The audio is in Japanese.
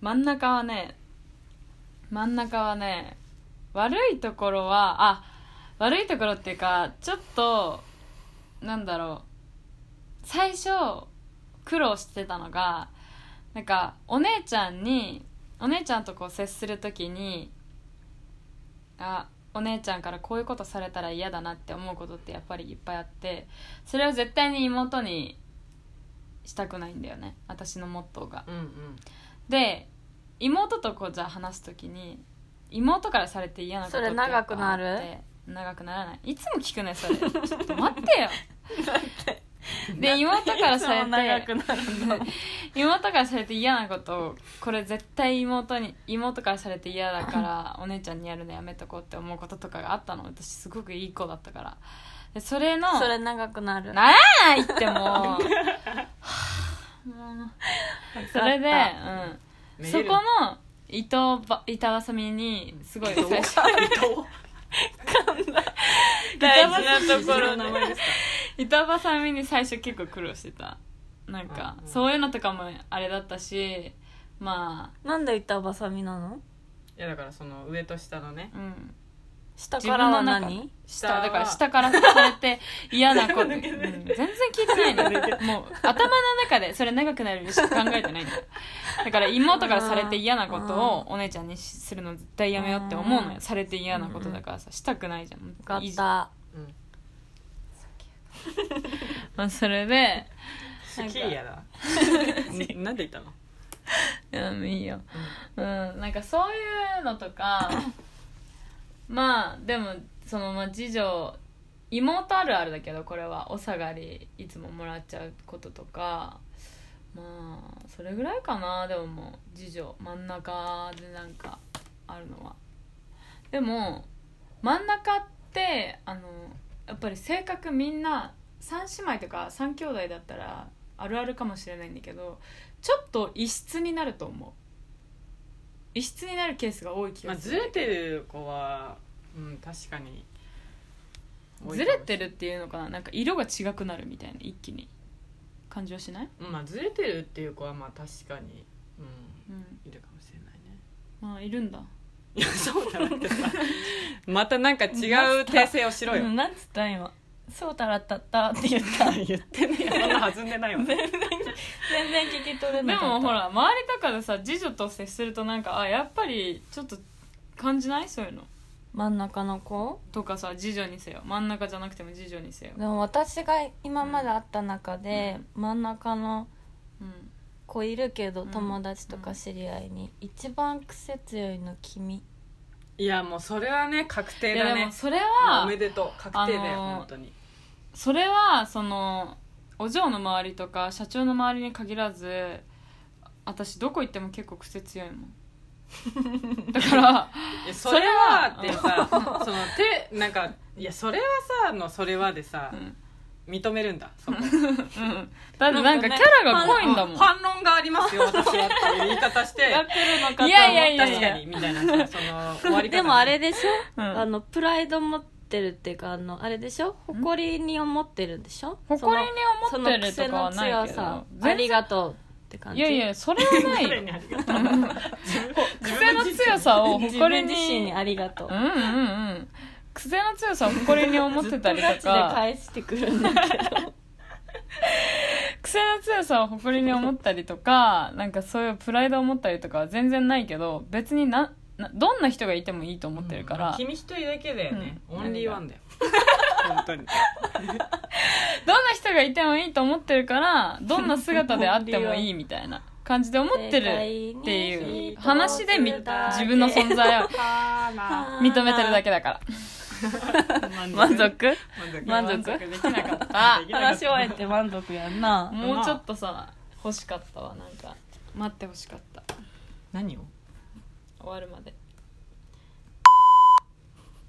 真ん中はね真ん中はね悪いところはあ悪いところっていうかちょっとなんだろう最初苦労してたのがなんかお姉ちゃんにお姉ちゃんとこう接するときにあお姉ちゃんからこういうことされたら嫌だなって思うことってやっぱりいっぱいあってそれを絶対に妹にしたくないんだよね私のモットーがうんうんで妹とこうじゃあ話す時に妹からされて嫌なことってそれ長くなるやっぱあって長くならないいつも聞くねそれちょっと待って よで妹からされいつも長てくなる妹からされて嫌なことをこれ絶対妹に妹からされて嫌だからお姉ちゃんにやるのやめとこうって思うこととかがあったの私すごくいい子だったからでそれのそれ長くなるならないって もうはぁもうそれで、わかうん、めそでこるの伊藤ば板挟みにすごい最初 大事なとこそろの名前ねですか板挟みに最初結構苦労してたなんか、うんうんそういうのとかもあれだったしまなんで板挟みなのいやだからその上と下のねあうん下からは自分の何下はだから下からされて嫌なこと、うん、全部抜けてる全然聞いて ないのもう頭の中でそれ長くなるよりしか考えてないんだだから妹からされて嫌なことをお姉ちゃんにするの絶対やめようって思うのうよんされて嫌なことだからさしたくないじゃん分かいっいじゃんたうんまあそれで好きやだん なんで言ったのうんいいようんなんかそういうのとかまあでもそのまあ次女妹あるあるだけどこれはお下がりいつももらっちゃうこととかまあそれぐらいかなでももう次女真ん中でなんかあるのはでも真ん中ってあのやっぱり性格みんな3姉妹とか3兄弟だったらあるあるかもしれないんだけどちょっと異質になると思う異質になるケースが多い気まあがすずる、れてる子はうん確かに多いかもしずれれてるっていうのかななんか色が違くなるみたいな一気に感じはしない、うんまあずれてるっていう子はまあ確かにううん、んいるかもしれないねまあいるんだいやそうだって さまたなんか違う訂正をしろようんなんつった今そうたらたったって言った言ってねえよそんな弾んでないわ全然聞き取でれなかったもほら周りとかでさ次女と接するとなんかあやっぱりちょっと感じないそういうの真ん中の子とかさ次女にせよ真ん中じゃなくても次女にせよでも私が今まで会った中で、真ん中のうん子いるけど、うん友達とか知り合いに、一番癖強いの君いやもうそれはね確定いやだでもねそれおはめでとう確定だよ、あのー本当にそれはそのお嬢の周りとか社長の周りに限らず私どこ行っても結構癖強いも んだからいやそそれれははって さその手なんかいやそれはさのそれはでさ、うん認めるんだそこうんだってなんかキャラが濃いんだもん反論がありますよ私はっていう言い 方してが来るのかと思ったいやいやいや確かにみたいなさそ の終わり方でもあれでしょ、うんあのプライド持ってるっていうかあのあれでしょ誇りに思ってるんでしょ誇りに思ってるとかはないけそのど全癖の強さ然ありがとうって感いじやいやそれはないよ 誰にありがとう癖の強さを自誇り分自身ににありがとううんうんうん癖の強さを誇りに思ってたりガとチでか返してくるんだけど癖の強さを誇りに思ったりとかなんかそういうプライドを持ったりとかは全然ないけど別にななどんな人がいてもいいと 思ってるから、どんな君一人だけだよね、うんオンリーワンだよ 本当に人がいてもいいと思ってるからどんな姿であってもいいみたいな感じで思ってるっていう話で み自分の存在を あ認めてるだけだからー満足 満足できなかったあできなかっ話たし終えて満足やんなもうちょっとさ欲しかったわなんか待って欲しかった何を終わるまで